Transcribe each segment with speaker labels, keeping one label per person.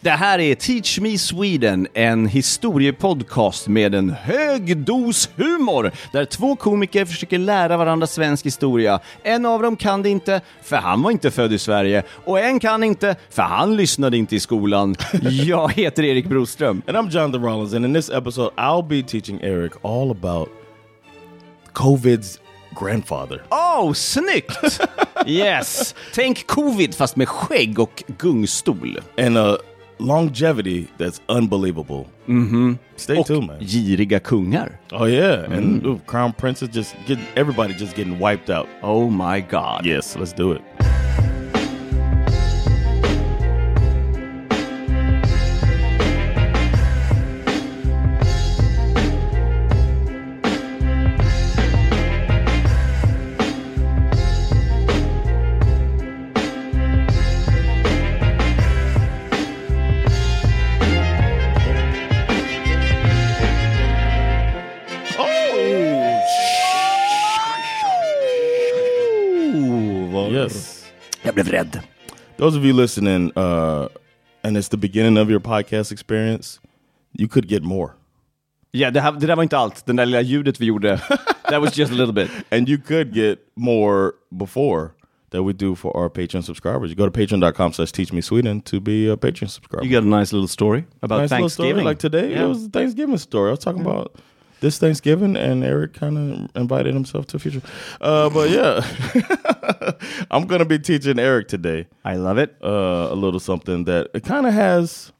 Speaker 1: Det här är Teach Me Sweden, en historiepodcast med en hög dos humor, där två komiker försöker lära varandra svensk historia. En av dem kan det inte, för han var inte född i Sverige, och en kan inte, för han lyssnade inte i skolan. Jag heter Erik Broström.
Speaker 2: And I'm Jonathan Rollins, and in this episode, I'll be teaching Eric all about COVID's grandfather.
Speaker 1: Oh, snyggt! Yes! Tänk covid fast med skägg och gungstol.
Speaker 2: And a longevity that's unbelievable. Mm-hmm. Stay tuned, man.
Speaker 1: Giriga kungar.
Speaker 2: Oh, yeah. And ooh, Crown Prince is just getting, everybody just getting wiped out.
Speaker 1: Oh my god.
Speaker 2: Yes, let's do it.
Speaker 1: Oh, vad-
Speaker 2: Yes.
Speaker 1: Jag blev rädd.
Speaker 2: Those of you listening, uh, and it's the beginning of your podcast experience, you could get more.
Speaker 1: Ja, det, här, det där var inte allt. Det där lilla ljudet vi gjorde, that was just a little bit.
Speaker 2: And you could get more before that we do for our Patreon subscribers. You go to patreon.com slash teach me Sweden to be a Patreon subscriber.
Speaker 1: You got a nice little story about
Speaker 2: nice little
Speaker 1: Thanksgiving.
Speaker 2: story. Like today,
Speaker 1: Yeah.
Speaker 2: it was a Thanksgiving story. I was talking about this Thanksgiving, and Eric kind of invited himself to a future. Uh, but yeah, I'm gonna be teaching Eric today
Speaker 1: I love it.
Speaker 2: uh, a little something that it kind of has.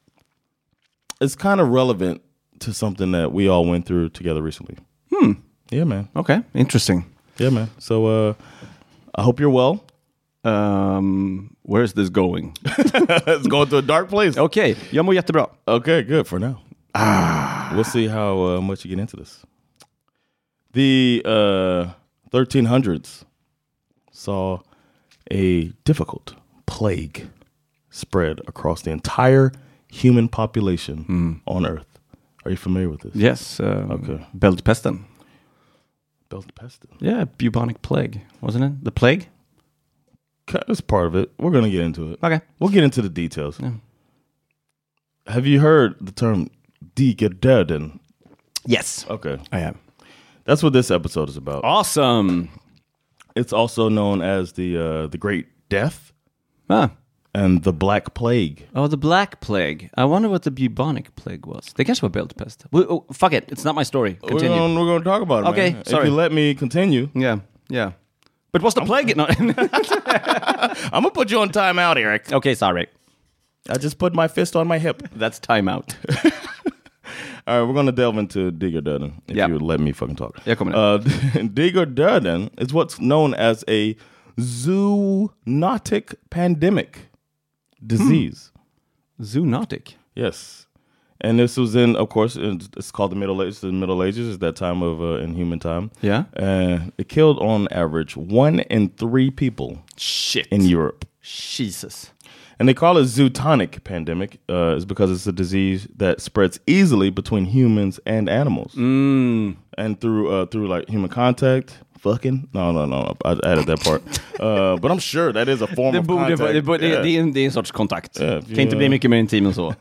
Speaker 2: It's kind of relevant to something that we all went through together recently. Hmm. Yeah, man.
Speaker 1: Okay, interesting.
Speaker 2: Yeah, man. So uh, I hope you're well.
Speaker 1: Um, where is this going?
Speaker 2: it's going to a dark place. Okay,
Speaker 1: Okej, jag mår jättebra.
Speaker 2: good for now. We'll see how uh, much you get into this. The uh, 1300s saw a difficult plague spread across the entire human population on Earth. Are you familiar with this?
Speaker 1: Yes, um,
Speaker 2: Okay.
Speaker 1: bältpesten.
Speaker 2: Belt pestin.
Speaker 1: Yeah, bubonic plague, wasn't it? The plague?
Speaker 2: Okay, That's part of it. We're going to get into it.
Speaker 1: Okay.
Speaker 2: We'll get into the details. Have you heard the term "degenerden"?
Speaker 1: Yes.
Speaker 2: Okay.
Speaker 1: I have.
Speaker 2: That's what this episode is about.
Speaker 1: Awesome!
Speaker 2: It's also known as the uh, the Great Death
Speaker 1: Ah,
Speaker 2: and the Black Plague.
Speaker 1: Oh, the Black Plague. I wonder what the bubonic plague was. Det kanske var bältpest. We- Oh, fuck it, it's not my story.
Speaker 2: We're
Speaker 1: Continue.
Speaker 2: gonna, we're gonna talk about it.
Speaker 1: Okay,
Speaker 2: man.
Speaker 1: sorry.
Speaker 2: If you let me continue,
Speaker 1: Yeah, yeah. But what's the plague? No.
Speaker 2: I'm gonna put you on timeout, Eric.
Speaker 1: okay, sorry.
Speaker 2: I just put my fist on my hip.
Speaker 1: That's timeout.
Speaker 2: All right, we're gonna delve into Digger Durden if
Speaker 1: Yeah.
Speaker 2: you would let me fucking talk.
Speaker 1: Yeah, come on.
Speaker 2: Uh, Digger Durden is what's known as a zoonotic pandemic
Speaker 1: Hmm.
Speaker 2: disease.
Speaker 1: Zoonotic.
Speaker 2: Yes, and this was in, of course, it's it's called the Middle Ages. The Middle Ages is that time of uh, in human time.
Speaker 1: Yeah.
Speaker 2: uh, it killed on average one in three people
Speaker 1: Shit.
Speaker 2: in Europe.
Speaker 1: Jesus.
Speaker 2: And they call it zootonic pandemic uh, is because it's a disease that spreads easily between humans and animals,
Speaker 1: Mm.
Speaker 2: and through uh, through like human contact. Fucking no, no, no. I added that part, uh, but I'm sure that is a form
Speaker 1: Det,
Speaker 2: of
Speaker 1: borde,
Speaker 2: contact.
Speaker 1: vara- det, borde-
Speaker 2: Yeah.
Speaker 1: det, är en, det är en sorts kontakt.
Speaker 2: Yeah,
Speaker 1: kan inte
Speaker 2: yeah.
Speaker 1: bli mycket mer intim än så.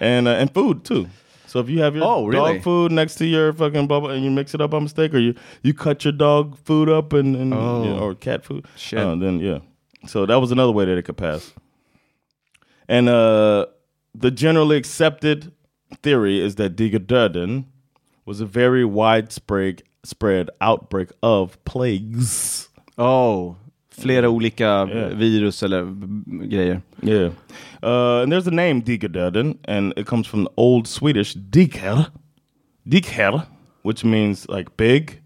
Speaker 2: and uh, and food too. So if you have your
Speaker 1: Oh, really?
Speaker 2: dog food next to your fucking blah, blah and you mix it up by mistake, or you you cut your dog food up and, and yeah, or cat food,
Speaker 1: Oh. Shit.
Speaker 2: uh, then yeah. So that was another way that it could pass. And uh, the generally accepted theory is that Digerdurden was a very widespread spread outbreak of plagues.
Speaker 1: Oh, flera olika virus eller b- grejer.
Speaker 2: Yeah. Uh, and there's the name Dikadöden, and it comes from the old Swedish diker, diker, which means like big,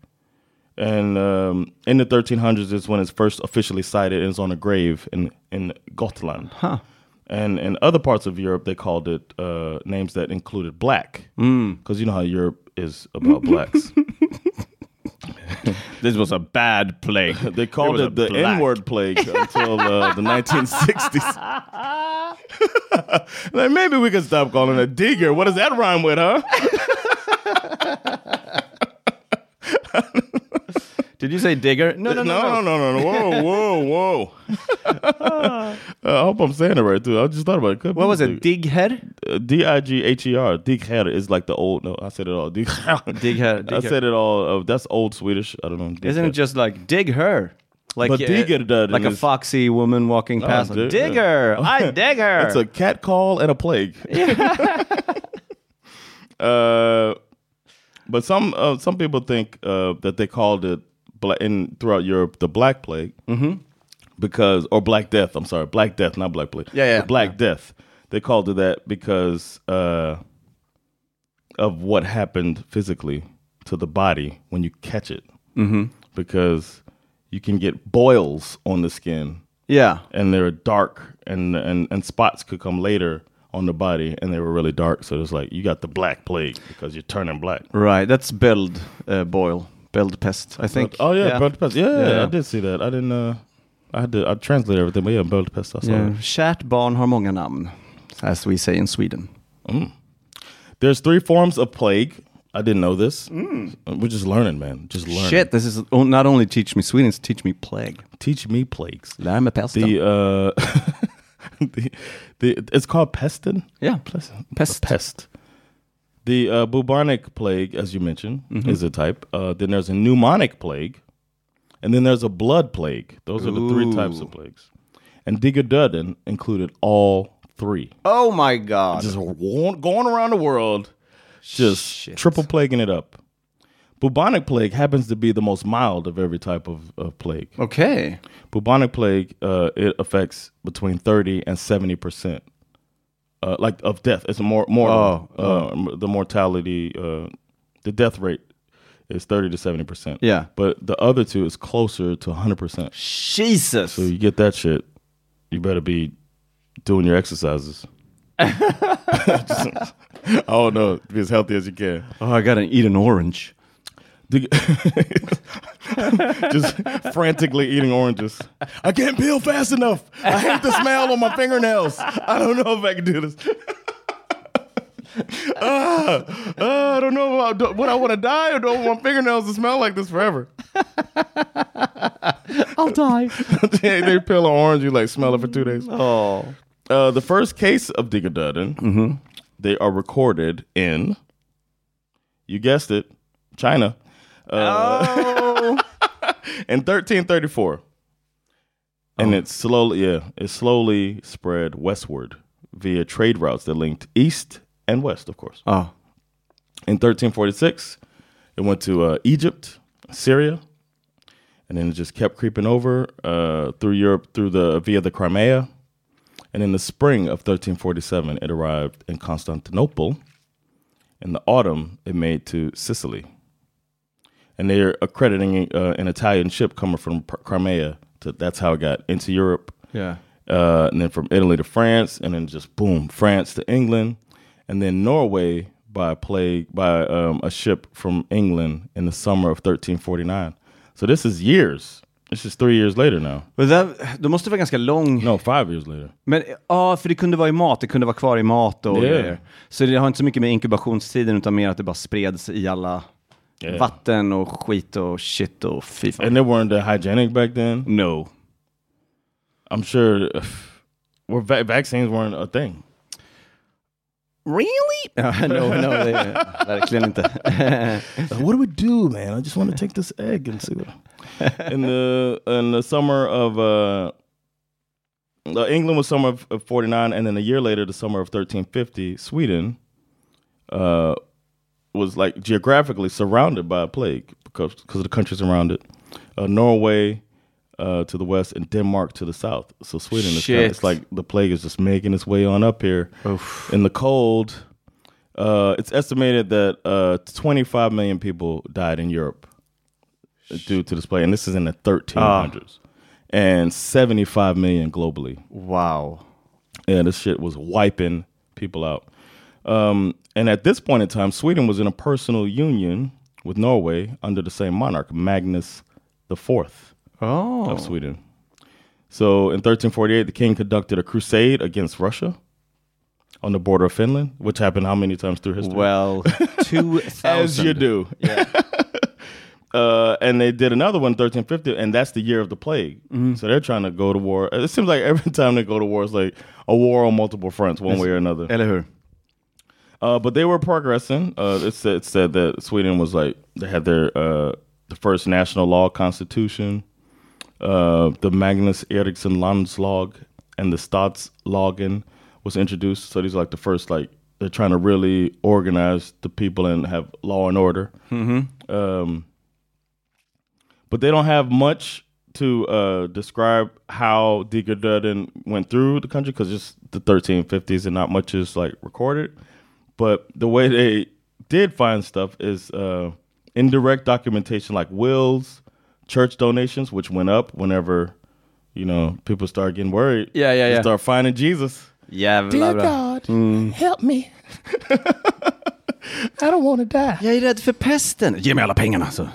Speaker 2: And um, in the 1300s is when it's first officially cited and it's on a grave in, in Gotland. And in other parts of Europe, they called it uh, names that included black. Because you know how Europe is about blacks.
Speaker 1: This was a bad plague.
Speaker 2: They called
Speaker 1: was
Speaker 2: it,
Speaker 1: a
Speaker 2: the
Speaker 1: black.
Speaker 2: N-word plague until uh, the 1960s. like maybe we could stop calling it digger. What does that rhyme with, huh?
Speaker 1: Did you say digger? No, no, no,
Speaker 2: no, no, no. Whoa, whoa, whoa. Uh, I hope I'm saying it right, too. I just thought about it. Could
Speaker 1: What
Speaker 2: be
Speaker 1: was it?
Speaker 2: digger.
Speaker 1: Digher?
Speaker 2: Uh, D-I-G-H-E-R. Digher is like the old. No, I said it all. Digher.
Speaker 1: Digher,
Speaker 2: I
Speaker 1: digher.
Speaker 2: said it all. Of, that's old Swedish. I don't know.
Speaker 1: Isn't it
Speaker 2: Digher.
Speaker 1: just like dig her? Like
Speaker 2: But
Speaker 1: uh,
Speaker 2: digger doesn't
Speaker 1: like a
Speaker 2: is- Oh,
Speaker 1: foxy woman walking past.
Speaker 2: dig- uh,
Speaker 1: dig her! I dig her!
Speaker 2: It's a cat call and a plague. uh, but some uh, some people think uh, that they called it bla- in throughout Europe the Black Plague
Speaker 1: Mm-hmm.
Speaker 2: because or Black Death. I'm sorry, Black Death, not Black Plague.
Speaker 1: Yeah, yeah.
Speaker 2: The Black Death. They called it that because uh, of what happened physically to the body when you catch it. Mm-hmm. Because you can get boils on the skin
Speaker 1: yeah.
Speaker 2: and they're dark and, and and spots could come later on the body and they were really dark so it's like you got the black plague because you're turning black
Speaker 1: Right, that's beld uh, boil. Beld pest, I think.
Speaker 2: oh yeah, Budapest. Yeah, yeah,
Speaker 1: Yeah.
Speaker 2: i did see that i didn't uh i had to i translated everything but yeah Budapest, i saw
Speaker 1: Yeah.
Speaker 2: it.
Speaker 1: Kärt barn har många namn, as we say in Sweden.
Speaker 2: there's three forms of plague i didn't know this Uh, we're just learning man just learning
Speaker 1: Shit, this is oh, not only teach me Sweden, it's teach me plague.
Speaker 2: teach me plagues
Speaker 1: Lär mig pesten.
Speaker 2: the uh the, the it's called pestin
Speaker 1: yeah,
Speaker 2: Plus-
Speaker 1: Pest.
Speaker 2: a Pest. The uh, bubonic plague, as you mentioned, is a type. Uh, then there's a pneumonic plague, and then there's a blood plague. Those are the three types of plagues. And Digerdudden included all three.
Speaker 1: Oh my god.
Speaker 2: Just wa- going around the world, just triple plaguing it up. Bubonic plague happens to be the most mild of every type of, of plague.
Speaker 1: Okay.
Speaker 2: Bubonic plague, uh, it affects between thirty and seventy percent, uh, like of death. It's more more
Speaker 1: Oh,
Speaker 2: uh, m- the mortality, uh, the death rate is thirty to seventy percent.
Speaker 1: Yeah.
Speaker 2: but the other two is closer to hundred percent.
Speaker 1: Jesus.
Speaker 2: So you get that shit, you better be doing your exercises. Just- I don't know. Be as healthy as you can.
Speaker 1: Oh, I gotta eat an orange.
Speaker 2: just frantically eating oranges. I can't peel fast enough. I hate the smell on my fingernails. I don't know if I can do this. Ah, ah, I don't know about do, what I want to die or do I want fingernails to smell like this forever.
Speaker 1: I'll die.
Speaker 2: they, they peel an orange, you like smell it for two days.
Speaker 1: oh.
Speaker 2: Uh, the first case of Digodudden, they are recorded in, you guessed it, China. Uh, in 1334. And it slowly, yeah, it slowly spread westward via trade routes that linked east and west, of course.
Speaker 1: Oh.
Speaker 2: In 1346, it went to uh, Egypt, Syria, and then it just kept creeping over uh, through Europe through the via the Crimea. And in the spring of 1347, it arrived in Constantinople. In the autumn, it made to Sicily. And they're accrediting uh, an Italian ship coming from P- Crimea. To, that's how it got into Europe
Speaker 1: Yeah.
Speaker 2: uh, and then from Italy to France, and then just boom, France to England, and then Norway by a plague by um, a ship from England in the summer of 1349. So this is years. This is three years later now.
Speaker 1: Men där, då måste det vara ganska lång.
Speaker 2: No, five years later.
Speaker 1: Men ja, för det kunde vara i mat. Det kunde vara kvar i mat och
Speaker 2: Ja.
Speaker 1: grejer. Så det har inte så mycket med inkubationstiden utan mer att det bara spreds i alla
Speaker 2: Yeah.
Speaker 1: vatten och skit och shit och fy fan.
Speaker 2: And they weren't that hygienic back then.
Speaker 1: No.
Speaker 2: I'm sure. Well, va- vaccines weren't a thing.
Speaker 1: Really? no, no, det är verkligen inte.
Speaker 2: Like, what do we do, man? I just want to take this egg and see what. in the in the summer of uh, uh, England was summer of, of forty nine, and then a year later, the summer of thirteen fifty, Sweden uh, was like geographically surrounded by a plague because because the countries around it, uh, Norway. Uh, to the west and Denmark to the south. So Sweden is kind of,
Speaker 1: Shit.
Speaker 2: it's like the plague is just making its way on up here. In the cold, uh, it's estimated that uh, 25 million people died in Europe due to display, and this is in the 1300s, and 75 million globally.
Speaker 1: Wow.
Speaker 2: Yeah, this shit was wiping people out. Um, and at this point in time, Sweden was in a personal union with Norway under the same monarch, Magnus the Fourth
Speaker 1: Oh.
Speaker 2: of Sweden. So in 1348, the king conducted a crusade against Russia on the border of Finland, which happened how many times through history?
Speaker 1: Well, 2000.
Speaker 2: As you do. uh, and they did another one, 1350, and that's the year of the plague. So they're trying to go to war. It seems like every time they go to war, it's like a war on multiple fronts, one way or another.
Speaker 1: Eller hur?
Speaker 2: Uh, but they were progressing. Uh, it, said, it said that Sweden was like they had their uh, the first national law constitution, uh, the Magnus Eriksson Landslag and the Statslagen was introduced. So these are like the first like they're trying to really organize the people and have law and order. Mm-hmm. Um, but they don't have much to uh, describe how Digerden went through the country because it's the 1350s and not much is like recorded. But the way they did find stuff is uh, indirect documentation like wills, church donations, which went up whenever you know people start getting worried.
Speaker 1: Yeah, yeah,
Speaker 2: They
Speaker 1: yeah.
Speaker 2: Start finding Jesus. Mm.
Speaker 1: Jävla bra.
Speaker 2: God, help me. I don't want to die.
Speaker 1: Jag är rädd för pesten. Ge mig alla pengarna. Så.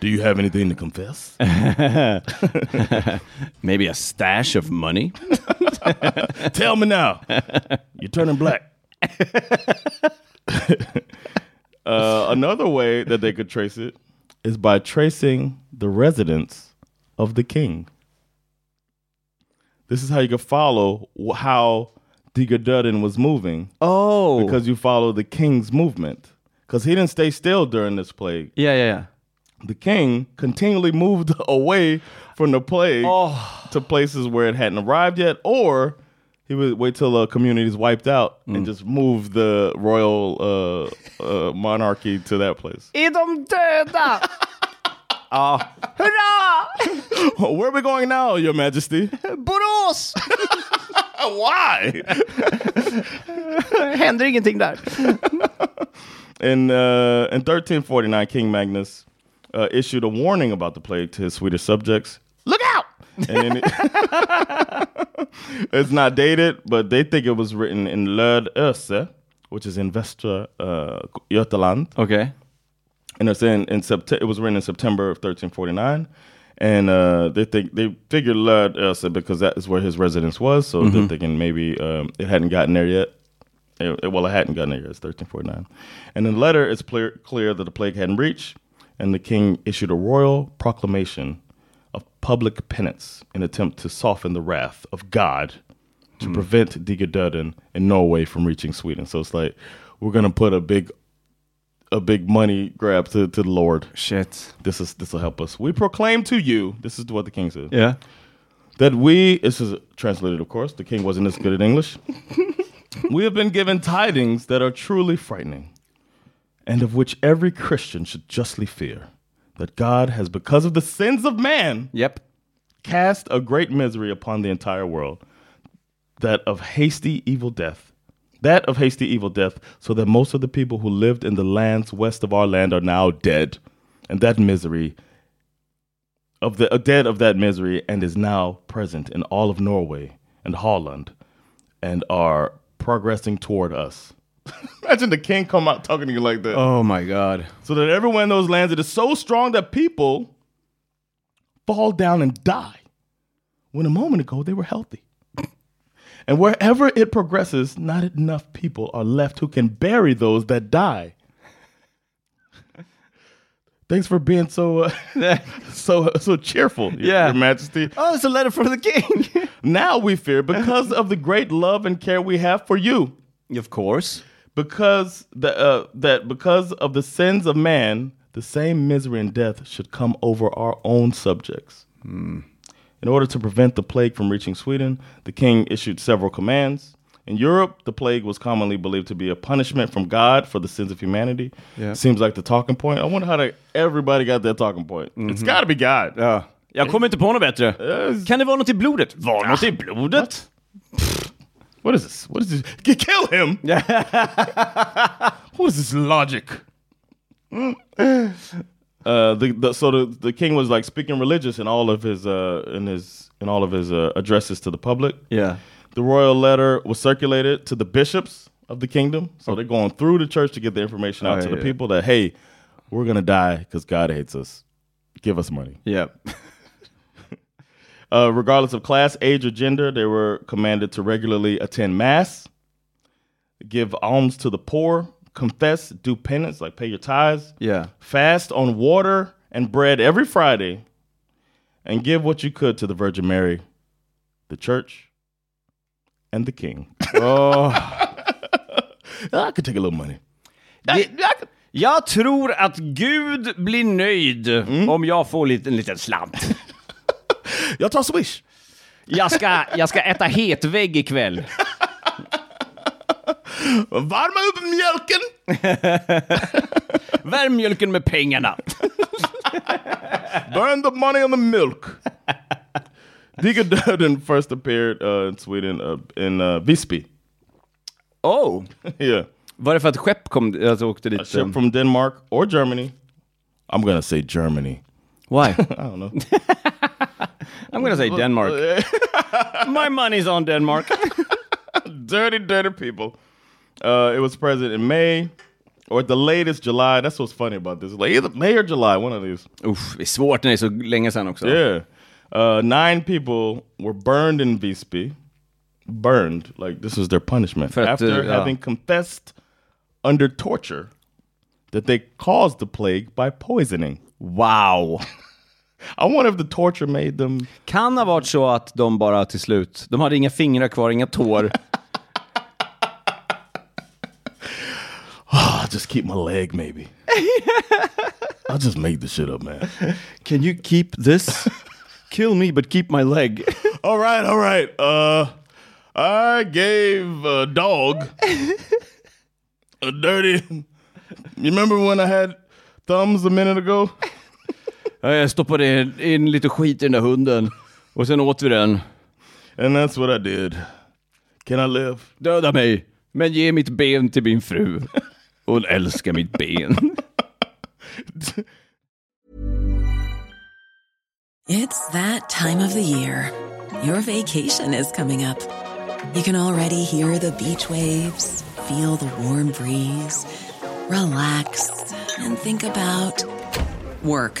Speaker 2: Do you have anything to confess?
Speaker 1: Maybe a stash of money.
Speaker 2: Tell me now. You're turning black. uh, another way that they could trace it is by tracing the residence of the king. This is how you could follow wh- how Digodudin was moving
Speaker 1: Oh.
Speaker 2: because you follow the king's movement. Because he didn't stay still during this plague.
Speaker 1: yeah, yeah, yeah.
Speaker 2: The king continually moved away from the plague
Speaker 1: Oh.
Speaker 2: to places where it hadn't arrived yet, or he would wait till the community's wiped out and just move the royal uh, uh, monarchy to that place.
Speaker 1: Är de döda? Ja. Hurra!
Speaker 2: Oh, Where are we going now, Your Majesty?
Speaker 1: Borås!
Speaker 2: Why?
Speaker 1: Händer ingenting där.
Speaker 2: In, uh, in 1349, King Magnus uh, issued a warning about the plague to his Swedish subjects. Look out! And then it, it's not dated, but they think it was written in Lödöse, which is in Västra uh, Götaland.
Speaker 1: Okej.
Speaker 2: and it's in in September. It was written in September of 1349, and uh, they think they figured Lud Elsa because that is where his residence was. So they're thinking maybe um, it hadn't gotten there yet. It- it- well, it hadn't gotten there yet. It's 1349, and in the letter it's clear clear that the plague hadn't reached, and the king issued a royal proclamation of public penance in attempt to soften the wrath of God to prevent Digodudden in Norway from reaching Sweden. So it's like we're gonna put a big a big money grab to, to the Lord.
Speaker 1: Shit.
Speaker 2: This is this will help us. We proclaim to you, this is what the king said,
Speaker 1: Yeah.
Speaker 2: that we this is translated, of course. The king wasn't as good at English. we have been given tidings that are truly frightening, and of which every Christian should justly fear. That God has, because of the sins of man,
Speaker 1: Yep.
Speaker 2: cast a great misery upon the entire world, that of hasty evil death, that of hasty evil death, so that most of the people who lived in the lands west of our land are now dead, and that misery of the uh, dead of that misery and is now present in all of Norway and Holland, and are progressing toward us. Imagine the king come out talking to you like that
Speaker 1: Oh my god.
Speaker 2: so that everywhere in those lands it is so strong that people fall down and die when a moment ago they were healthy. and wherever it progresses, not enough people are left who can bury those that die. Thanks for being so uh, so so cheerful, Your-
Speaker 1: Yeah.
Speaker 2: Your Majesty.
Speaker 1: Oh, it's a letter from the king.
Speaker 2: Now we fear because of the great love and care we have for you
Speaker 1: of course.
Speaker 2: because the, uh, that because of the sins of man, the same misery and death should come over our own subjects. In order to prevent the plague from reaching Sweden, the king issued several commands. In Europe, the plague was commonly believed to be a punishment from God for the sins of humanity.
Speaker 1: Yeah.
Speaker 2: Seems like the talking point. I wonder how they, everybody got that talking point. It's got to be God.
Speaker 1: Ja. Jag kommer inte på något bättre. Kan det vara något i blodet?
Speaker 2: Ah.
Speaker 1: Var något i blodet?
Speaker 2: What is this? What is this? K- Kill him! what is this logic? uh, the, the so the, the king was like speaking religious in all of his uh, in his in all of his uh, addresses to the public.
Speaker 1: Yeah.
Speaker 2: The royal letter was circulated to the bishops of the kingdom, so they're going through the church to get the information out
Speaker 1: Oh,
Speaker 2: to
Speaker 1: yeah,
Speaker 2: the
Speaker 1: yeah.
Speaker 2: people that hey, we're gonna die because God hates us. Give us money.
Speaker 1: Yeah.
Speaker 2: Uh, regardless of class, age, or gender, they were commanded to regularly attend mass, give alms to the poor, confess, do penance, like pay your tithes,
Speaker 1: Yeah.
Speaker 2: fast on water and bread every Friday, and give what you could to the Virgin Mary, the church, and the king.
Speaker 1: Åh.
Speaker 2: Oh. I could take a little money.
Speaker 1: Det, jag tror att Gud blir nöjd om jag får lite, en liten slant.
Speaker 2: Y'all talk swish.
Speaker 1: Jag ska, jag ska äta hetvägg ikväll.
Speaker 2: Varma upp mjölken.
Speaker 1: Värm mjölken med pengarna.
Speaker 2: Burn the money on the milk. Diga Döden first appeared uh, in Sweden uh, in uh, Visby.
Speaker 1: Oh!
Speaker 2: yeah.
Speaker 1: Var det för att skepp kom, alltså åkte dit?
Speaker 2: A ship from Denmark or Germany. I'm gonna say Germany.
Speaker 1: Why?
Speaker 2: I don't know.
Speaker 1: I'm gonna say Denmark. My money's on Denmark.
Speaker 2: dirty, dirty people. Uh, it was present in May or at the latest July. That's what's funny about this. Like either May or July, one of these.
Speaker 1: Uff, det är svårt när det är så länge sedan också.
Speaker 2: Yeah. Uh, nine people were burned in Visby. Burned. Like this was their punishment.
Speaker 1: För att,
Speaker 2: After
Speaker 1: uh, ja.
Speaker 2: having confessed under torture that they caused the plague by poisoning.
Speaker 1: Wow!
Speaker 2: I wonder if the torture made them
Speaker 1: Kan ha varit så att de bara till slut, de hade inga fingrar kvar, inga tår.
Speaker 2: I'll just keep my leg, maybe. I'll just make this shit up, man.
Speaker 1: Can you keep this? Kill me but keep my leg.
Speaker 2: All right, all right. Uh, I gave a dog a dirty. You remember when I had thumbs a minute ago?
Speaker 1: Jag stoppade in lite skit i den där hunden och sen åt vi den.
Speaker 2: And that's what I did. Can I live?
Speaker 1: Döda mig, men ge mitt ben till min fru. Hon älskar mitt ben.
Speaker 3: It's that time of the year. Your vacation is coming up. You can already hear the beach waves, feel the warm breeze, relax, and think about work.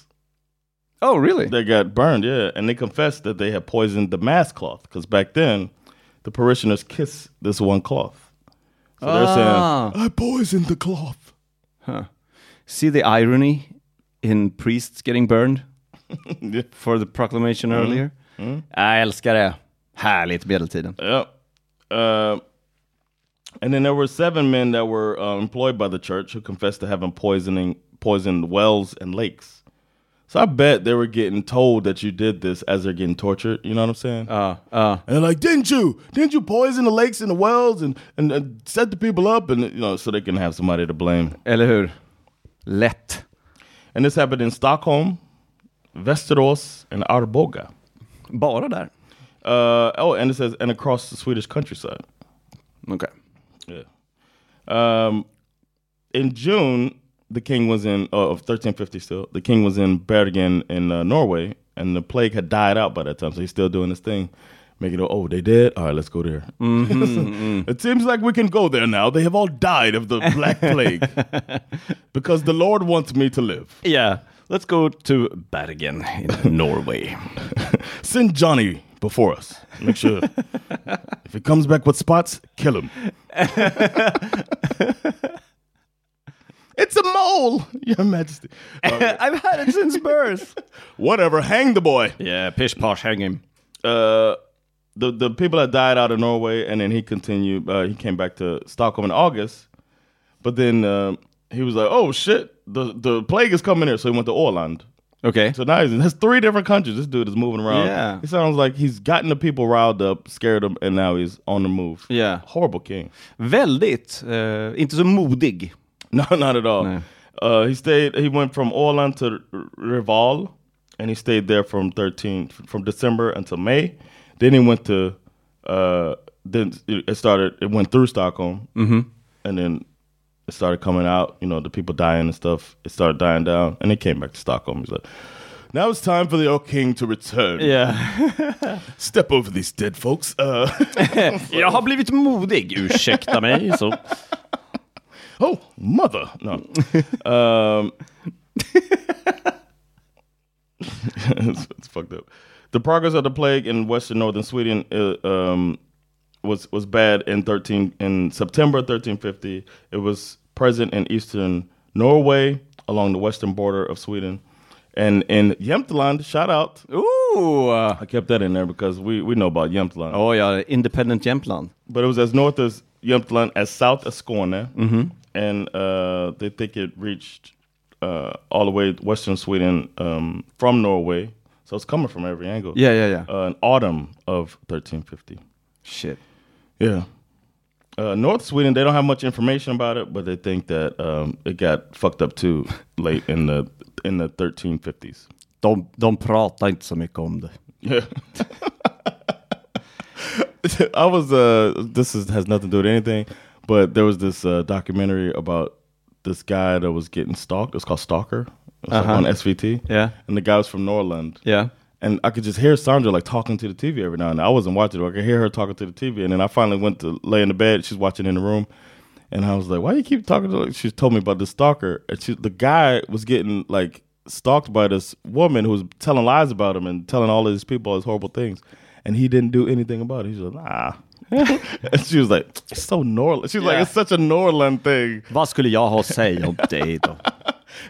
Speaker 1: Oh really?
Speaker 2: that got burned, yeah, and they confessed that they had poisoned the mass cloth because back then the parishioners kiss this one cloth. So they're
Speaker 1: Ah.
Speaker 2: saying, I poisoned the cloth.
Speaker 1: See the irony in priests getting burned?
Speaker 2: Yeah.
Speaker 1: For the proclamation earlier? Jag älskar det. Härligt medeltiden.
Speaker 2: Yep. Uh, and then there were seven men that were uh, employed by the church who confessed to having poisoning poisoned wells and lakes. So I bet they were getting told that you did this as they're getting tortured. You know what I'm saying?
Speaker 1: Ja, ja.
Speaker 2: and they're like, "Didn't you? Didn't you poison the lakes and the wells and, and and set the people up and you know so they can have somebody to blame."
Speaker 1: Eller hur? Lätt.
Speaker 2: And this happened in Stockholm, Västerås, and Arboga.
Speaker 1: Bara där.
Speaker 2: Uh, oh, and it says and across the Swedish countryside.
Speaker 1: Okej.
Speaker 2: Yeah. Um, in June, the king was in uh, of 1350. Still, the king was in Bergen in uh, Norway, and the plague had died out by that time. So he's still doing this thing, making it. Oh, they dead. All right, let's go there. it seems like we can go there now. They have all died of the black plague because the Lord wants me to live.
Speaker 1: Yeah. Let's go to Bergen in Norway.
Speaker 2: Send Johnny before us. Make sure if it comes back with spots, kill him. it's a mole, Your Majesty. Uh,
Speaker 1: I've had it since birth.
Speaker 2: whatever, hang the boy.
Speaker 1: yeah, pish posh, hang him.
Speaker 2: Uh, the the people that died out of Norway, and then he continued. Uh, he came back to Stockholm in August, but then uh, he was like, "Oh shit, the the plague is coming here," so he went to Orland.
Speaker 1: Okay.
Speaker 2: So now he's in that's three different countries. This dude is moving around.
Speaker 1: Yeah.
Speaker 2: It sounds like he's gotten the people riled up, scared them, and now he's on the move.
Speaker 1: Yeah.
Speaker 2: Horrible king.
Speaker 1: Väldigt, eh, inte så modig.
Speaker 2: No, not at all. Uh, he stayed. He went from Orland to R- Rival, and he stayed there from 13 f- from December until May. Then he went to. Uh, then it it started. It went through Stockholm, mm-hmm. and then it started coming out. You know, the people dying and stuff. It started dying down, and it came back to Stockholm. He's like, "Now it's time for the old king to return.
Speaker 1: Yeah.
Speaker 2: Step over these dead folks. Uh,
Speaker 1: Jag har blivit modig, ursäkta mig. Så.
Speaker 2: oh, mother! No. um, it's, it's fucked up. The progress of the plague in western northern Sweden uh, um, was was bad in thirteen in September 1350. It was present in eastern Norway along the western border of Sweden, and in Jämtland. Shout out!
Speaker 1: Ooh!
Speaker 2: I kept that in there because we we know about Jämtland.
Speaker 1: Oh ja, Independent Jämtland.
Speaker 2: but it was as north as Jämtland, as south as Skåne,
Speaker 1: Mm-hmm.
Speaker 2: and uh, they think it reached uh, all the way western Sweden um, from Norway. So it's coming from every angle.
Speaker 1: Yeah, yeah, yeah.
Speaker 2: Uh, in autumn of 1350.
Speaker 1: Shit.
Speaker 2: Yeah. Uh, North Sweden, they don't have much information about it, but they think that um, it got fucked up too late in the in the 1350s.
Speaker 1: De, de pratar inte så mycket om det.
Speaker 2: Yeah. I was uh this is has nothing to do with anything, but there was this uh documentary about this guy that was getting stalked. It's called Stalker. It was, like, on SVT.
Speaker 1: Yeah.
Speaker 2: And the guy was from Norland.
Speaker 1: Yeah.
Speaker 2: And I could just hear Sandra like talking to the TV every now and then. I wasn't watching it. but I could hear her talking to the TV. And then I finally went to lay in the bed. She's watching in the room. And I was like, why you keep talking to like, She told me about the stalker. And she, the guy was getting like stalked by this woman who was telling lies about him and telling all of these people all these horrible things. And he didn't do anything about it. He was like, nah. and she was like, it's so Norland. She was
Speaker 1: Yeah.
Speaker 2: like, it's such a Norland thing.
Speaker 1: Vad skulle jag ha att säga om dig då?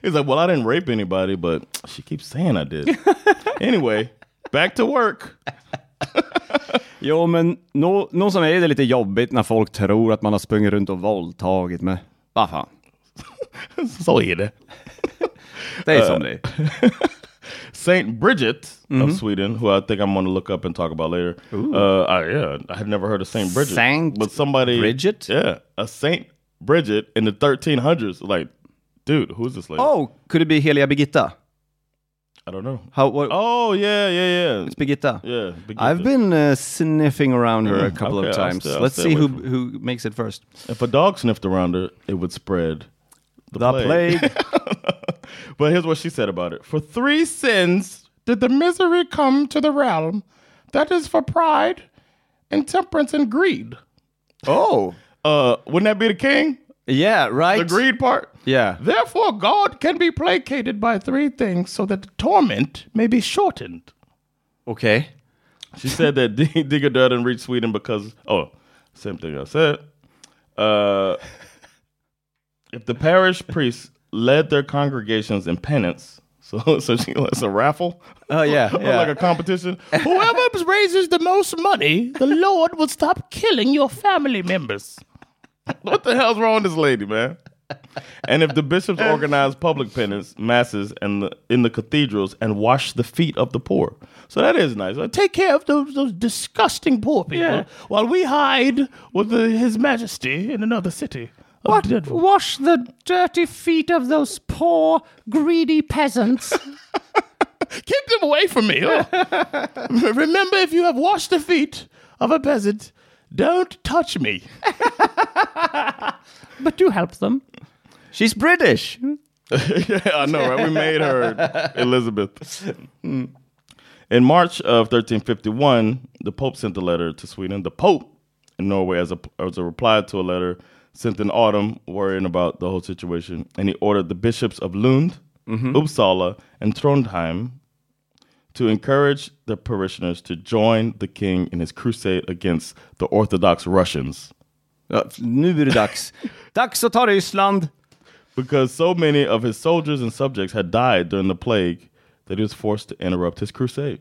Speaker 2: He's like, well, I didn't rape anybody, but she keeps saying I did. anyway, back to work.
Speaker 1: Jo, men nå, någon som är det lite jobbigt när folk tror att man har sprungit runt och våldtagit med. Vad fan,
Speaker 2: Så är det.
Speaker 1: det är som det är.
Speaker 2: Saint Bridget
Speaker 1: Mm-hmm.
Speaker 2: of Sweden, who I think I'm going to look up and talk about later. Uh, I, yeah, I had never heard of Saint Bridget.
Speaker 1: Saint
Speaker 2: but somebody
Speaker 1: Bridget?
Speaker 2: yeah, a Saint Bridget in the 1300s. Like, dude, who's this lady?
Speaker 1: Oh, could it be Heliga Birgitta?
Speaker 2: I don't know.
Speaker 1: How, what,
Speaker 2: Oh yeah, yeah, yeah,
Speaker 1: Birgitta?
Speaker 2: yeah. big
Speaker 1: I've
Speaker 2: difference.
Speaker 1: been uh, sniffing around her a couple
Speaker 2: okay,
Speaker 1: of
Speaker 2: I'll
Speaker 1: times.
Speaker 2: stay- I'll
Speaker 1: Let's
Speaker 2: stay
Speaker 1: see
Speaker 2: away
Speaker 1: who
Speaker 2: from-
Speaker 1: who makes it first.
Speaker 2: If a dog sniffed around her, it would spread the, But here's what she said about it. For three sins did the misery come to the realm. That is for pride, intemperance, and greed.
Speaker 1: oh,
Speaker 2: Uh, wouldn't that be the king?
Speaker 1: yeah, right.
Speaker 2: The greed part?
Speaker 1: Yeah.
Speaker 2: Therefore, God can be placated by three things so that the torment may be shortened.
Speaker 1: Okay.
Speaker 2: She said that D- Digger didn't reach Sweden because, oh, same thing I said. Uh, if the parish priests led their congregations in penance, so so she, it's a raffle,
Speaker 1: Oh yeah,
Speaker 2: or
Speaker 1: yeah.
Speaker 2: like a competition. Whoever raises the most money, the Lord will stop killing your family members. what the hell's wrong with this lady, man? And if the bishops organized public penance masses and the, in the cathedrals and washed the feet of the poor, so that is nice. Like, take care of those, those disgusting poor people while we hide with the, His Majesty in another city. of Denver.
Speaker 4: Wash the dirty feet of those poor, greedy peasants.
Speaker 2: Keep them away from me. oh. Remember, if you have washed the feet of a peasant, don't touch me.
Speaker 4: but do help them.
Speaker 1: She's British.
Speaker 2: yeah, I know, right? We made her Elizabeth. Hmm. In March of 1351, the Pope sent a letter to Sweden. The Pope in Norway, as a, as a reply to a letter sent in autumn, worrying about the whole situation, and he ordered the bishops of Lund, Uppsala, and Trondheim to encourage the parishioners to join the king in his crusade against the Orthodox Russians.
Speaker 1: Ja, Uh, nu är det dags. dags att ta Ryssland!
Speaker 2: Because so many of his soldiers and subjects had died during the plague that he was forced to interrupt his crusade.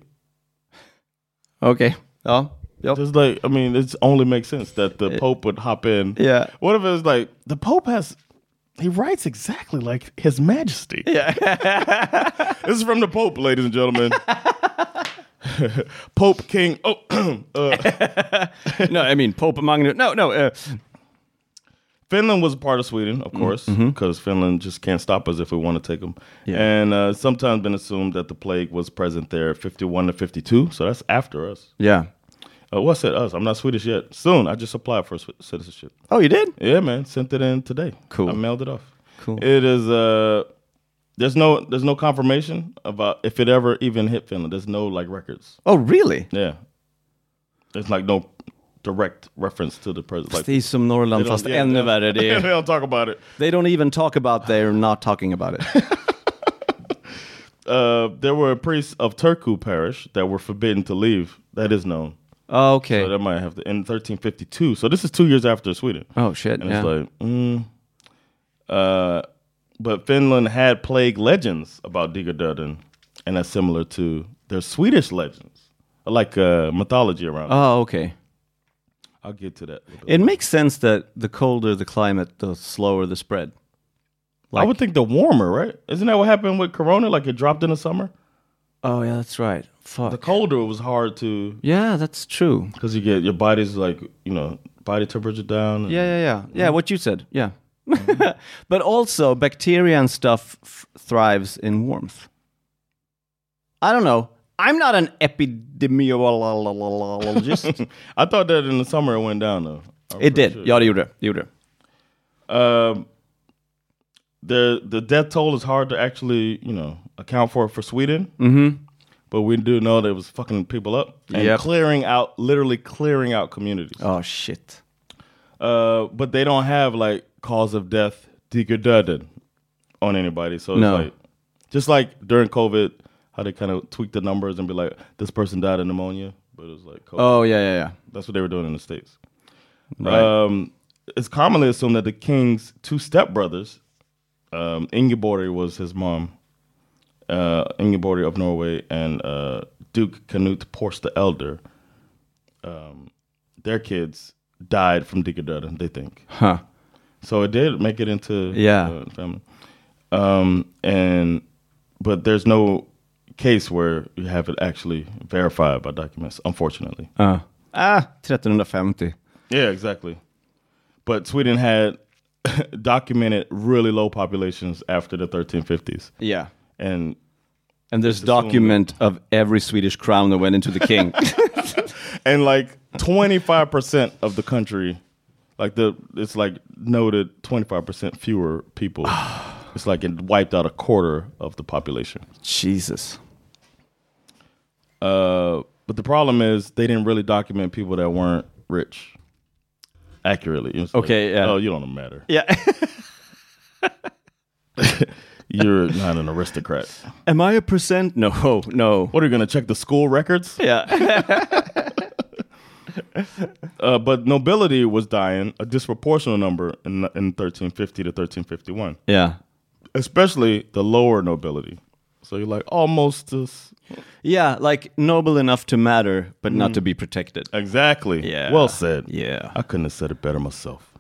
Speaker 1: Okej. Ja. ja.
Speaker 2: Just like I mean, it only makes sense that the Pope would hop in.
Speaker 1: Yeah.
Speaker 2: What if it was like the Pope has he writes exactly like His Majesty. Yeah. this is from the Pope, ladies and gentlemen. Pope King. Oh, uh,
Speaker 1: No, I mean Pope Magnus. No, no. eh,
Speaker 2: Finland was a part of Sweden, of course, because Finland just can't stop us if we want to take them. And uh, sometimes been assumed that the plague was present there, fifty-one to fifty-two. So that's after us.
Speaker 1: yeah.
Speaker 2: Uh, what's it? Us? I'm not Swedish yet. Soon, I just applied for c- citizenship.
Speaker 1: Oh, you did?
Speaker 2: Yeah, man, sent it in today.
Speaker 1: Cool.
Speaker 2: I mailed it off.
Speaker 1: Cool.
Speaker 2: It is uh there's no there's no confirmation about if it ever even hit Finland. There's no like records.
Speaker 1: Oh, really?
Speaker 2: Yeah. There's like no direct reference to the president. Like,
Speaker 1: det är som Norrland
Speaker 2: they don't-
Speaker 1: fast
Speaker 2: yeah,
Speaker 1: ännu
Speaker 2: they don't-
Speaker 1: värre. Det
Speaker 2: they
Speaker 1: är,
Speaker 2: don't talk about it.
Speaker 1: they don't even talk about they're not talking about it.
Speaker 2: Uh, there were priests of Turku parish that were forbidden to leave. That is known.
Speaker 1: Oh, Okej.
Speaker 2: So that might have to in 1352. So this is two years after Sweden.
Speaker 1: Oh shit.
Speaker 2: And
Speaker 1: Yeah.
Speaker 2: it's like, mm. uh, but Finland had plague legends about Digerdöden, and that's similar to their Swedish legends, like uh, mythology around. it.
Speaker 1: oh, okay.
Speaker 2: I'll get to that. a little bit.
Speaker 1: It makes sense that the colder the climate, the slower the spread.
Speaker 2: I would think the warmer, right? Isn't that what happened with Corona? Like it dropped in the summer.
Speaker 1: Oh yeah, that's right. Fuck.
Speaker 2: The colder it was hard to
Speaker 1: yeah, that's true.
Speaker 2: because you get your body's like you know body temperature down. and-
Speaker 1: Yeah, yeah, yeah. Yeah, what you said. Yeah. Mm-hmm. but also, bacteria and stuff f- thrives in warmth. I don't know. I'm not an epidemiologist.
Speaker 2: I thought that in the summer it went down though. I'm
Speaker 1: it
Speaker 2: pretty
Speaker 1: did.
Speaker 2: sure.
Speaker 1: Ja, det gjorde det. Det gjorde det.
Speaker 2: Um, the the death toll is hard to actually you know account for for Sweden, mm-hmm. but we do know that it was fucking people up and
Speaker 1: Yep.
Speaker 2: clearing out, literally clearing out communities.
Speaker 1: Oh shit.
Speaker 2: Uh, but they don't have like cause of death degraded on anybody, so it's
Speaker 1: No.
Speaker 2: like just like during COVID, how they kind of tweak the numbers and be like this person died of pneumonia, but it was like COVID.
Speaker 1: Oh yeah, yeah, Uh, yeah.
Speaker 2: That's what they were doing in the states.
Speaker 1: Right.
Speaker 2: Um, it's commonly assumed that the king's two stepbrothers, um, Ingeborg was his mom, uh, Ingeborg of Norway, and uh, Duke Canute Porst the Elder. Um, their kids died from Digerdöden, they think.
Speaker 1: huh.
Speaker 2: So it did make it into
Speaker 1: Yeah.
Speaker 2: uh, family. Um, and but there's no case where you have it actually verified by documents, unfortunately.
Speaker 1: Uh. Ah, 1350.
Speaker 2: Yeah, exactly. But Sweden had documented really low populations after the 1350s,
Speaker 1: Yeah.
Speaker 2: and
Speaker 1: And there's document of every Swedish crown that went into the king.
Speaker 2: and like 25 percent of the country, like the it's like noted 25 percent fewer people. it's like it wiped out a quarter of the population.
Speaker 1: Jesus.
Speaker 2: Uh, but the problem is they didn't really document people that weren't rich accurately. It's like,
Speaker 1: Okay, yeah.
Speaker 2: Oh, you don't matter.
Speaker 1: Yeah.
Speaker 2: You're not an aristocrat.
Speaker 1: Am I a percent? No, no.
Speaker 2: What are you gonna check the school records?
Speaker 1: Yeah.
Speaker 2: Uh, but nobility was dying a disproportional number in, in 1350 to 1351,
Speaker 1: yeah.
Speaker 2: especially the lower nobility. So you're like almost as
Speaker 1: Yeah, like noble enough to matter, but not to be protected.
Speaker 2: exactly.
Speaker 1: Yeah.
Speaker 2: Well said.
Speaker 1: Yeah.
Speaker 2: I couldn't have said it better myself.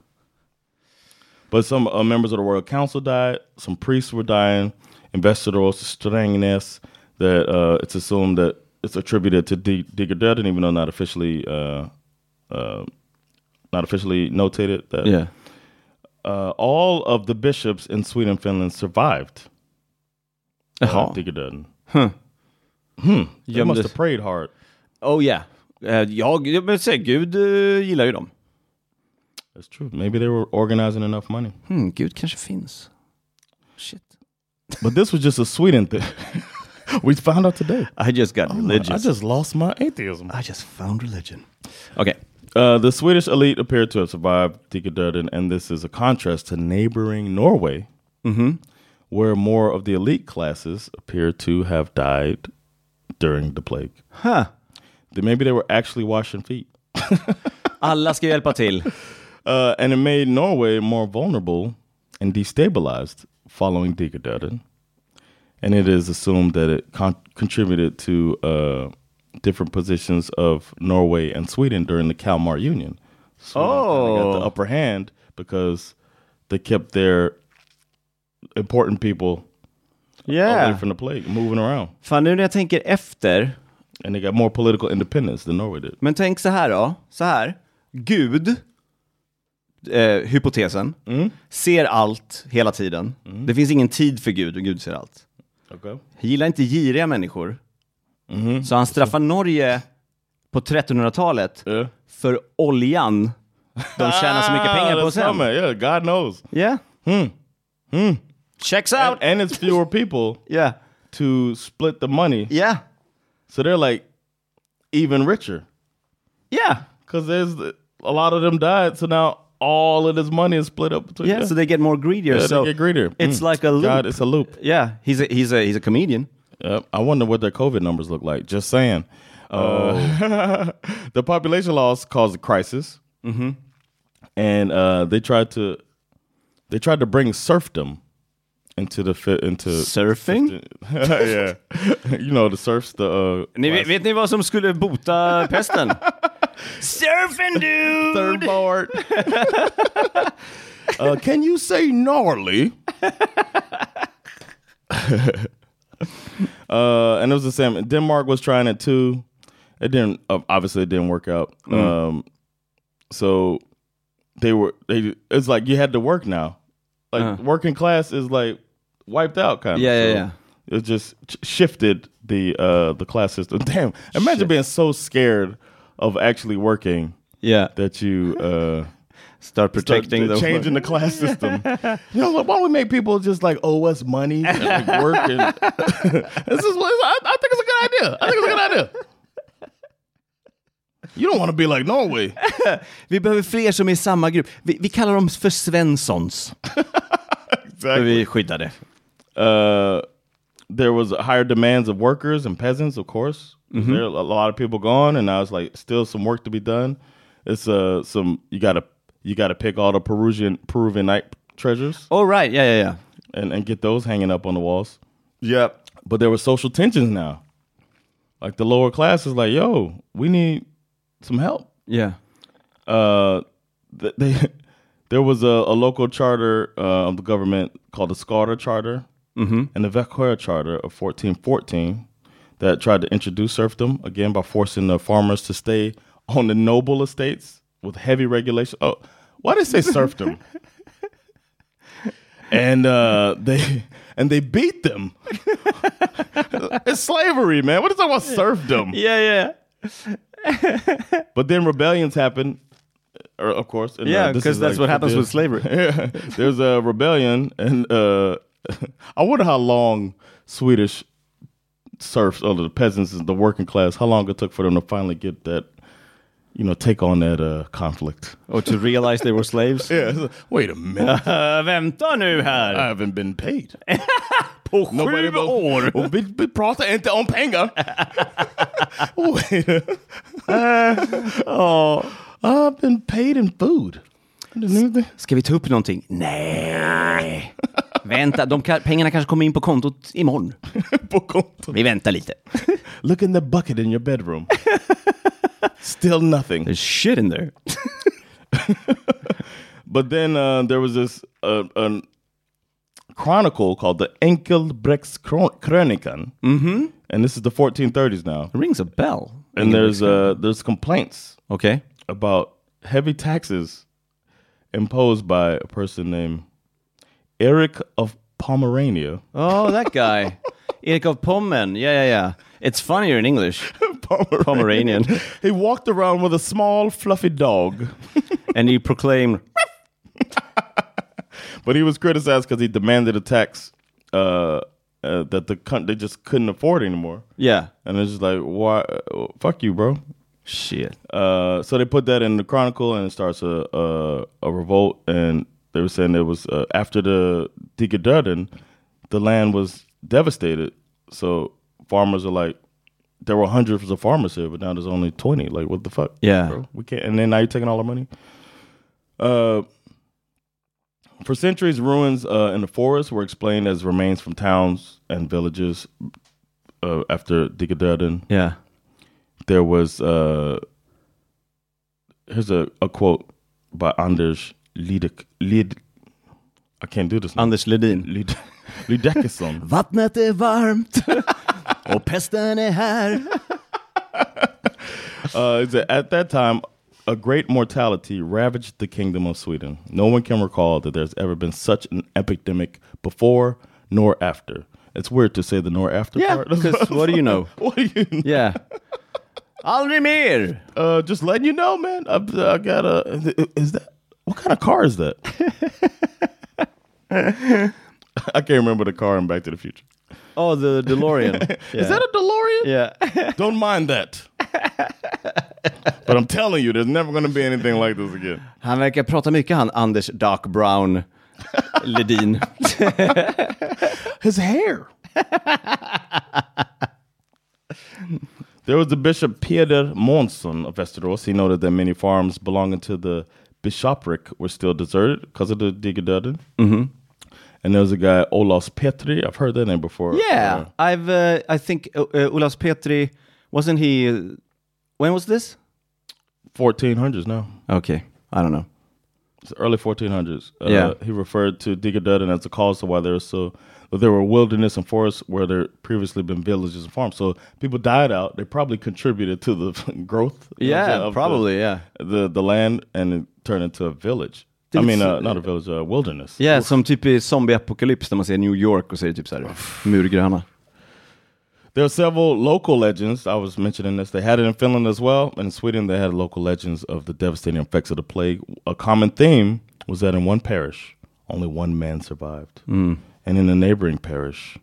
Speaker 2: But some uh, members of the royal council died. Some priests were dying. Investigators strangeness that uh, it's assumed that it's attributed to D- Digerdöden, even though not officially uh, uh, not officially notated. That
Speaker 1: Yeah.
Speaker 2: uh, all of the bishops in Sweden and Finland survived. Uh-huh.
Speaker 1: Jaha.
Speaker 2: Digerdöden. They uh, must have
Speaker 1: Gömdes.
Speaker 2: prayed hard.
Speaker 1: Oh yeah. Eh, Jag, jag vill säga, Gud eh, gillar ju dem.
Speaker 2: That's true. Maybe they were organizing enough money.
Speaker 1: Hmm, Gud kanske finns. Shit.
Speaker 2: But this was just a Sweden thing. we found out today.
Speaker 1: Oh, I just got religious.
Speaker 2: I just lost my atheism.
Speaker 1: I just found religion. Okay.
Speaker 2: Uh, the Swedish elite appeared to have survived Digerdöden, and this is a contrast to neighboring Norway, Mm-hmm. where more of the elite classes appear to have died during the plague.
Speaker 1: Huh.
Speaker 2: Then Maybe they were actually washing feet.
Speaker 1: Alla ska hjälpa till.
Speaker 2: Uh, and it made Norway more vulnerable and destabilized following Digerdöden. And it is assumed that it con- contributed to uh, different positions of Norway and Sweden during the Kalmar Union. So they got the
Speaker 1: Oh.
Speaker 2: upper hand because they kept their important people away from the plague, moving around.
Speaker 1: Fan, nu när jag tänker efter.
Speaker 2: And they got more political independence than Norway did.
Speaker 1: Men tänk så här då. Så här. Gud, eh, hypotesen,
Speaker 2: Mm.
Speaker 1: ser allt hela tiden. Det finns ingen tid för Gud och Gud ser allt.
Speaker 2: Okay.
Speaker 1: Han gillar inte giriga människor.
Speaker 2: Mm-hmm.
Speaker 1: Så han straffar Norge på 1300-talet
Speaker 2: Yeah.
Speaker 1: för oljan de tjänar så mycket pengar på sen.
Speaker 2: Ah, Yeah, God knows.
Speaker 1: Yeah.
Speaker 2: Hmm.
Speaker 1: Checks out!
Speaker 2: And, and it's fewer people.
Speaker 1: Yeah.
Speaker 2: to split the money.
Speaker 1: Yeah.
Speaker 2: So they're like even richer
Speaker 1: Yeah.
Speaker 2: because there's a lot of them died. So now all of this money is split up between.
Speaker 1: Yeah. So they get more greedier.
Speaker 2: Yeah, they
Speaker 1: so
Speaker 2: get greedier.
Speaker 1: It's
Speaker 2: Mm.
Speaker 1: like a loop.
Speaker 2: God, it's a loop.
Speaker 1: Yeah. He's a, he's a, he's a comedian.
Speaker 2: Yep. I wonder what their COVID numbers look like. Just saying. Uh, the population loss caused a crisis,
Speaker 1: Mm-hmm.
Speaker 2: and uh, they tried to they tried to bring serfdom into the fit into
Speaker 1: Surfing?
Speaker 2: yeah, you know the serfs the uh,
Speaker 1: Ni, vet, vet ni vad som skulle bota pesten? Surfing dude!
Speaker 2: third board. uh, can you say gnarly? uh, and it was the same. Denmark was trying it too. It didn't. Uh, obviously, it didn't work out.
Speaker 1: Mm-hmm.
Speaker 2: Um, so they were. They. It's like you had to work now. Like working class is like wiped out, kind of.
Speaker 1: Uh-huh. Yeah, yeah, yeah.
Speaker 2: It just ch- shifted the uh the class system. Damn! Imagine being so scared of actually working
Speaker 1: Yeah.
Speaker 2: that you uh,
Speaker 1: Start
Speaker 2: start
Speaker 1: protecting the
Speaker 2: changing the class system. you know, like, why don't we make people just like owe us money and like, work? And this is what I, I think it's a good idea. I think it's a good idea. You don't want to be like Norway.
Speaker 1: Vi behöver fler som är i samma grupp. Vi, vi kallar dem för Svenssons. För Vi är skyddade.
Speaker 2: Uh, there was higher demands of workers and peasants, of course. There are a lot of people gone, and now it's like still some work to be done. It's uh some you gotta you gotta pick all the Peruvian Peruvianite treasures.
Speaker 1: All right, yeah, yeah, yeah.
Speaker 2: and, and get those hanging up on the walls. Yep. But there were social tensions now. Like the lower class is like, yo, we need some help.
Speaker 1: Yeah.
Speaker 2: Uh, th- they, there was a, a local charter uh, of the government called the Scarter Charter and the Vekhoya Charter of 1414 that tried to introduce serfdom again by forcing the farmers to stay on the noble estates with heavy regulation. Oh, why did they say serfdom? and uh, they and they beat them. it's slavery, man. What is that about serfdom?
Speaker 1: Yeah, yeah.
Speaker 2: But then rebellions happen, er, of course. and, uh,
Speaker 1: Yeah,
Speaker 2: this
Speaker 1: because
Speaker 2: is
Speaker 1: that's
Speaker 2: like-
Speaker 1: what happens with slavery.
Speaker 2: Yeah. There's a rebellion, and uh, I wonder how long Swedish serfs or the peasants, the working class, how long it took for them to finally get that, you know, take on that uh, conflict.
Speaker 1: Or Oh, to realize they were slaves.
Speaker 2: Yeah. it's like, Wait a minute.
Speaker 1: Uh, vänta nu
Speaker 2: I
Speaker 1: här.
Speaker 2: haven't been paid.
Speaker 1: På
Speaker 2: Nobody
Speaker 1: sju år.
Speaker 2: Och vi, vi pratar inte om pengar. um, Wait. oh, I've been paid in food. I didn't even-
Speaker 1: Ska vi ta upp någonting? Nej. Vänta, de ka- pengarna kanske kommer in på kontot imorgon.
Speaker 2: på kontot.
Speaker 1: Vi väntar lite.
Speaker 2: Look in the bucket in your bedroom. Still nothing.
Speaker 1: There's shit in there.
Speaker 2: But then uh, there was this uh, an chronicle called the Enkelbrektskronikan, mm-hmm. and this is the 1430s now.
Speaker 1: Rings a bell.
Speaker 2: And there's uh, there's complaints
Speaker 1: Okej.
Speaker 2: about heavy taxes imposed by a person named Eric of Pomerania.
Speaker 1: Oh, that guy. Erik av Pommen. Yeah, yeah, yeah. It's funnier in English. Pomeranian.
Speaker 2: He walked around with a small, fluffy dog,
Speaker 1: And he proclaimed,
Speaker 2: but he was criticized because he demanded a tax uh, uh, that the coun- they just couldn't afford anymore.
Speaker 1: yeah.
Speaker 2: And it's just like, why? uh, Fuck you, bro.
Speaker 1: Shit.
Speaker 2: Uh, so they put that in the Chronicle, and it starts a a, a revolt. And they were saying it was uh, after the Digerdurden, the land was devastated. So farmers are like, there were hundreds of farmers here, but now there's only twenty. Like, what the fuck?
Speaker 1: Yeah.
Speaker 2: bro? we can't. And then now you're taking all our money. Uh, for centuries, ruins uh, in the forest were explained as remains from towns and villages. Uh, after Digaderdin,
Speaker 1: Yeah.
Speaker 2: there was uh here's a, a quote by Anders Liedek Lied I can't do this now.
Speaker 1: Anders Ledin.
Speaker 2: Lied, Liedekesson.
Speaker 1: Vattnet är varmt och pesten är här.
Speaker 2: Uh, it said, at that time, a great mortality ravaged the kingdom of Sweden. No one can recall that there's ever been such an epidemic before nor after. It's weird to say the nor after
Speaker 1: Yeah,
Speaker 2: part.
Speaker 1: because what do you know?
Speaker 2: what do you know?
Speaker 1: Yeah. Aldrig mer!
Speaker 2: Uh, just letting you know, man. I, I got a. Is that what kind of car is that? I can't remember the car in Back to the Future.
Speaker 1: Oh, the DeLorean. Yeah.
Speaker 2: Is that a DeLorean?
Speaker 1: Yeah.
Speaker 2: Don't mind that. but I'm telling you, there's never going to be anything like this again.
Speaker 1: Han verkar prata mycket han, Anders Dark Brown Ledin.
Speaker 2: His hair. there was the Bishop Peder Monson of Västerås. He noted that many farms belonging to the bishopric were still deserted because of the Digadudden. Mm-hmm. And there was a guy, Olaus Petri. I've heard that name before.
Speaker 1: Yeah, I've. Uh, I think uh, uh, Ulas Petri wasn't he? uh, When was this?
Speaker 2: 1400s now.
Speaker 1: Okay, I don't know.
Speaker 2: It's early 1400s. Uh,
Speaker 1: Yeah.
Speaker 2: He referred to Digadudden as the cause of why there was so that there were wilderness and forests where there previously been villages and farms. So people died out. They probably contributed to the growth. you know what I'm saying,
Speaker 1: Yeah,
Speaker 2: of the-
Speaker 1: probably. Yeah,
Speaker 2: the the land and it turned into a village. I
Speaker 1: Did
Speaker 2: mean,
Speaker 1: it-
Speaker 2: uh, not a village, a wilderness.
Speaker 1: ja som typ i zombie-apokalyps när man ser New York och ser typ så här murgrannar.
Speaker 2: There are several local legends. I was mentioning this. They had it in Finland as well. And in Sweden, they had local legends of the devastating effects of the plague. A common theme was that in one parish, only one man survived. And in a neighboring parish,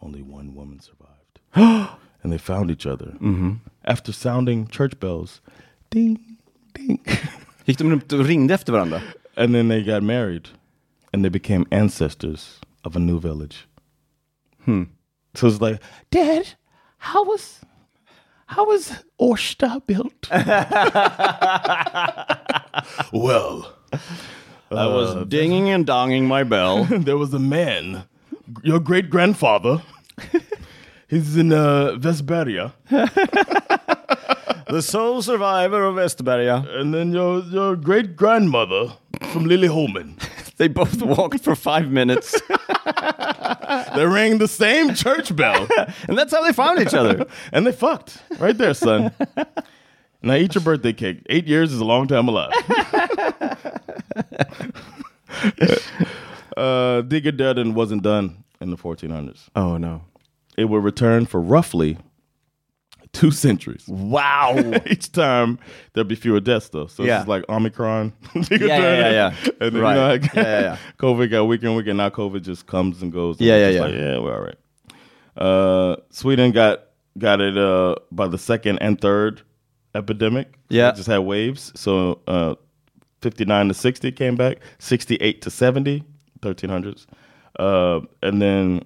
Speaker 2: only one woman survived. and they found each other. Mm-hmm. After sounding church bells, ding, ding.
Speaker 1: Gick de runt och ringde efter varandra?
Speaker 2: And then they got married and they became ancestors of a new village. Hmm. So it's like, Dad, how was how was Orsta built? well,
Speaker 1: I was Uh, dinging and donging my bell.
Speaker 2: there was a man, your great grandfather. He's in uh, Vesperia.
Speaker 1: The sole survivor of Västerberga.
Speaker 2: And then your your great grandmother from Lilleholmen.
Speaker 1: They both walked for five minutes.
Speaker 2: They rang the same church bell.
Speaker 1: And that's how they found each other.
Speaker 2: and they fucked right there, son. now eat your birthday cake. Eight years is a long time alive. uh, Digger Dudden wasn't done in the 1400s.
Speaker 1: Oh no.
Speaker 2: It would return for roughly two centuries.
Speaker 1: Wow.
Speaker 2: Each time there'd be fewer deaths, though. So
Speaker 1: Yeah.
Speaker 2: it's like Omicron. yeah,
Speaker 1: yeah, yeah, yeah.
Speaker 2: And then,
Speaker 1: Right.
Speaker 2: you know,
Speaker 1: Yeah, yeah, yeah.
Speaker 2: COVID got weaker and weaker. Now COVID just comes and goes. And
Speaker 1: Yeah,
Speaker 2: it's
Speaker 1: yeah,
Speaker 2: just
Speaker 1: yeah.
Speaker 2: Like, yeah, we're all right. Uh, Sweden got got it uh, by the second and third epidemic.
Speaker 1: Yeah.
Speaker 2: It just had waves. So uh, 59 to 60 came back, 68 to 70, 1300s. Uh, and then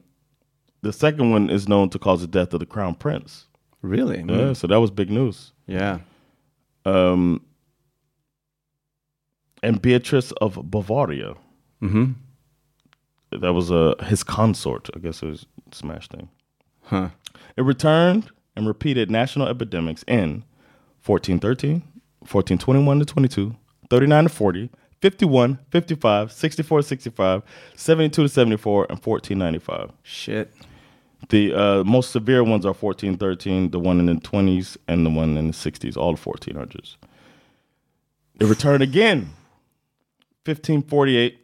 Speaker 2: the second one is known to cause the death of the crown prince.
Speaker 1: Really?
Speaker 2: Yeah, so that was big news.
Speaker 1: Yeah.
Speaker 2: Um, and Beatrice of Bavaria.
Speaker 1: Mm-hmm.
Speaker 2: That was uh, his consort, I guess it was a smash thing.
Speaker 1: Huh.
Speaker 2: It returned and repeated national epidemics in 1413, 1421 to 22, 39 to 40, 51, 55, 64 65, 72 to 74, and 1495.
Speaker 1: Shit.
Speaker 2: The uh, most severe ones are 1413, the one in the 20s, and the one in the 60s, all 1400s. It returned again 1548,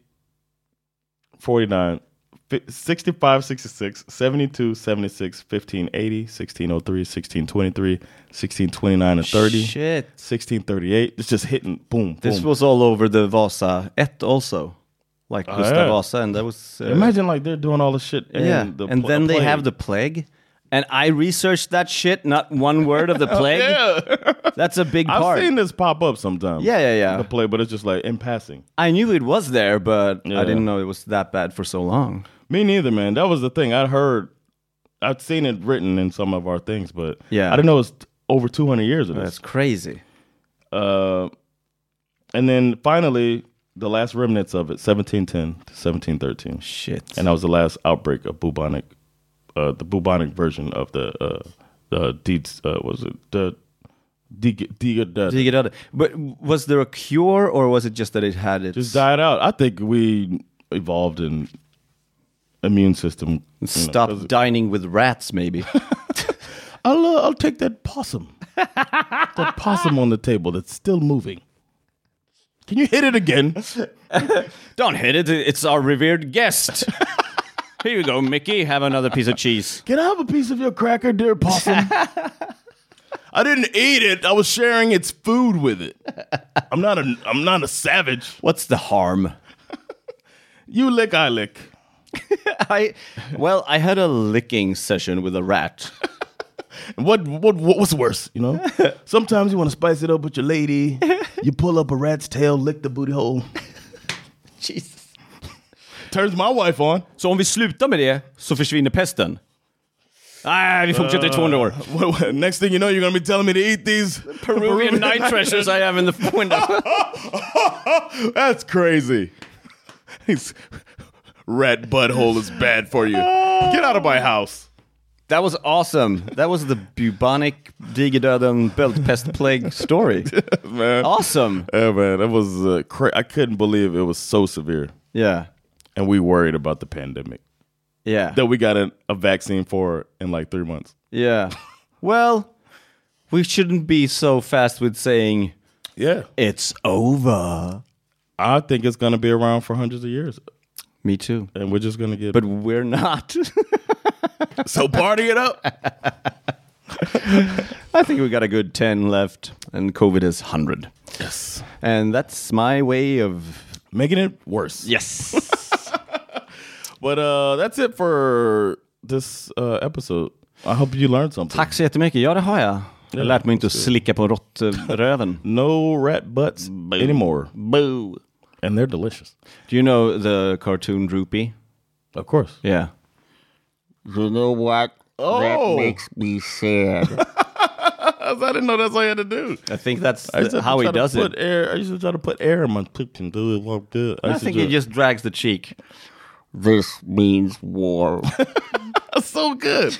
Speaker 2: 49, fi- 65, 66, 72, 76, 1580, 1603, 1623, 1629, and 30.
Speaker 1: Shit.
Speaker 2: 1638. It's just hitting boom, boom.
Speaker 1: This was all over the Vasa et also, like Gustav
Speaker 2: yeah.
Speaker 1: Vasa, and that was uh,
Speaker 2: Ah, Imagine like they're doing all this shit. And
Speaker 1: yeah.
Speaker 2: the
Speaker 1: and
Speaker 2: pl-
Speaker 1: then they have
Speaker 2: plague.
Speaker 1: the plague, and I researched that shit. Not one word of the plague. That's a big
Speaker 2: Oh, I've
Speaker 1: part.
Speaker 2: seen this pop up sometimes.
Speaker 1: Yeah, yeah, yeah.
Speaker 2: The play, but it's just like in passing.
Speaker 1: I knew it was there, but
Speaker 2: Yeah.
Speaker 1: I didn't know it was that bad for so long.
Speaker 2: Me neither, man. That was the thing I heard. I've seen it written in some of our things, but
Speaker 1: Yeah.
Speaker 2: I didn't know it's over 200 years of
Speaker 1: That's
Speaker 2: this.
Speaker 1: crazy.
Speaker 2: Uh, and then finally, the last remnants of it, 1710 to 1713,
Speaker 1: Shit.
Speaker 2: and that was the last outbreak of bubonic, uh, the bubonic version of the uh, the deeds. Uh, was it the de- de- de-
Speaker 1: Did you get out of But was there a cure or was it just that it had its
Speaker 2: just died out? I think we evolved in immune system. you know,
Speaker 1: Stop
Speaker 2: 'cause-
Speaker 1: dining with rats, maybe.
Speaker 2: I'll uh, I'll take that possum. the possum on the table that's still moving. Can you hit it again?
Speaker 1: Don't hit it. It's our revered guest. Here you go, Mickey. Have another piece of cheese.
Speaker 2: Can I have a piece of your cracker, dear possum? I didn't eat it. I was sharing its food with it. I'm not a I'm not a savage.
Speaker 1: What's the harm?
Speaker 2: You lick, I lick.
Speaker 1: I well, I had a licking session with a rat.
Speaker 2: And what what what what's worse, you know? Sometimes you want to spice it up with your lady. You pull up a rat's tail, lick the booty hole.
Speaker 1: Jesus.
Speaker 2: Turns my wife on.
Speaker 1: Så om vi slutar med det så försvinner pesten. Nej, vi fortsätter i 200 år.
Speaker 2: What, what- Uh, next thing you know, you're gonna be telling me to eat these
Speaker 1: Peruvian night treasures I have in the window.
Speaker 2: That's crazy. He's, rat butthole is bad for you. Get out of my house.
Speaker 1: That was awesome. That was the bubonic digidöden bältpest plague story.
Speaker 2: Man.
Speaker 1: Awesome.
Speaker 2: Yeah, man, that was uh, cra- I couldn't believe it was so severe,
Speaker 1: Yeah.
Speaker 2: and we worried about the pandemic
Speaker 1: Yeah.
Speaker 2: that we got a, a vaccine for in like three months.
Speaker 1: Yeah. Well, we shouldn't be so fast with saying
Speaker 2: Yeah,
Speaker 1: it's over.
Speaker 2: I think it's gonna be around for hundreds of years,
Speaker 1: Me too.
Speaker 2: and we're just gonna get
Speaker 1: But we're not.
Speaker 2: so party it up.
Speaker 1: I think we got a good 10 left, and COVID is 100.
Speaker 2: Yes,
Speaker 1: And that's my way of.
Speaker 2: making it worse.
Speaker 1: Yes.
Speaker 2: but uh, that's it for this uh, episode. I hope you learned something.
Speaker 1: Tack så jättemycket. Ja, det har jag. Jag har lärt mig inte att slicka på råttröven.
Speaker 2: No rat butts anymore.
Speaker 1: Boo.
Speaker 2: and they're delicious.
Speaker 1: Do you know the cartoon Droopy?
Speaker 2: Of course.
Speaker 1: Yeah.
Speaker 5: You know what?
Speaker 2: Oh.
Speaker 5: That makes me sad.
Speaker 2: I didn't know that's all you had to do.
Speaker 1: I think that's
Speaker 2: I used to
Speaker 1: how he
Speaker 2: try to
Speaker 1: does
Speaker 2: put
Speaker 1: it.
Speaker 2: Air, I used to try to put air in my poop and do it look good.
Speaker 1: I
Speaker 2: used to
Speaker 1: think
Speaker 2: do
Speaker 1: he
Speaker 2: it.
Speaker 1: just drags the cheek.
Speaker 5: this means war.
Speaker 2: That's so good.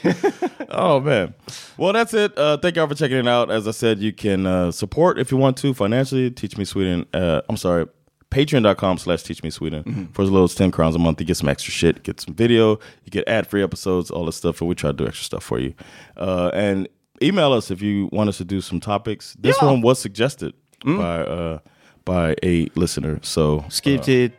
Speaker 2: oh man. Well, that's it. Uh, thank y'all for checking it out. As I said, you can uh, support if you want to financially. Teach Me Sweden. Uh, I'm sorry. Patreon.com slash teach me Sweden for as little as 10 crowns a month. You get some extra shit, get some video, you get ad free episodes, all this stuff. And we try to do extra stuff for you. Uh, and email us if you want us to do some topics. This one was suggested by uh, by a listener. So
Speaker 1: Skriv till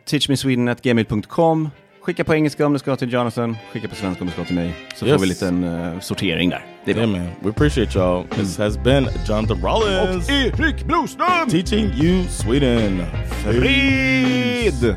Speaker 1: teachmesweden.gmail.com. Skicka på engelska om det ska till Jonathan. Skicka på svenska om det ska till mig. Så
Speaker 2: Yes.
Speaker 1: får vi en liten eh, sortering där. Det är bra.
Speaker 2: Yeah, man. We appreciate y'all. This has been Jonathan Rollins.
Speaker 6: Erik Broström!
Speaker 2: teaching you Sweden. Fred.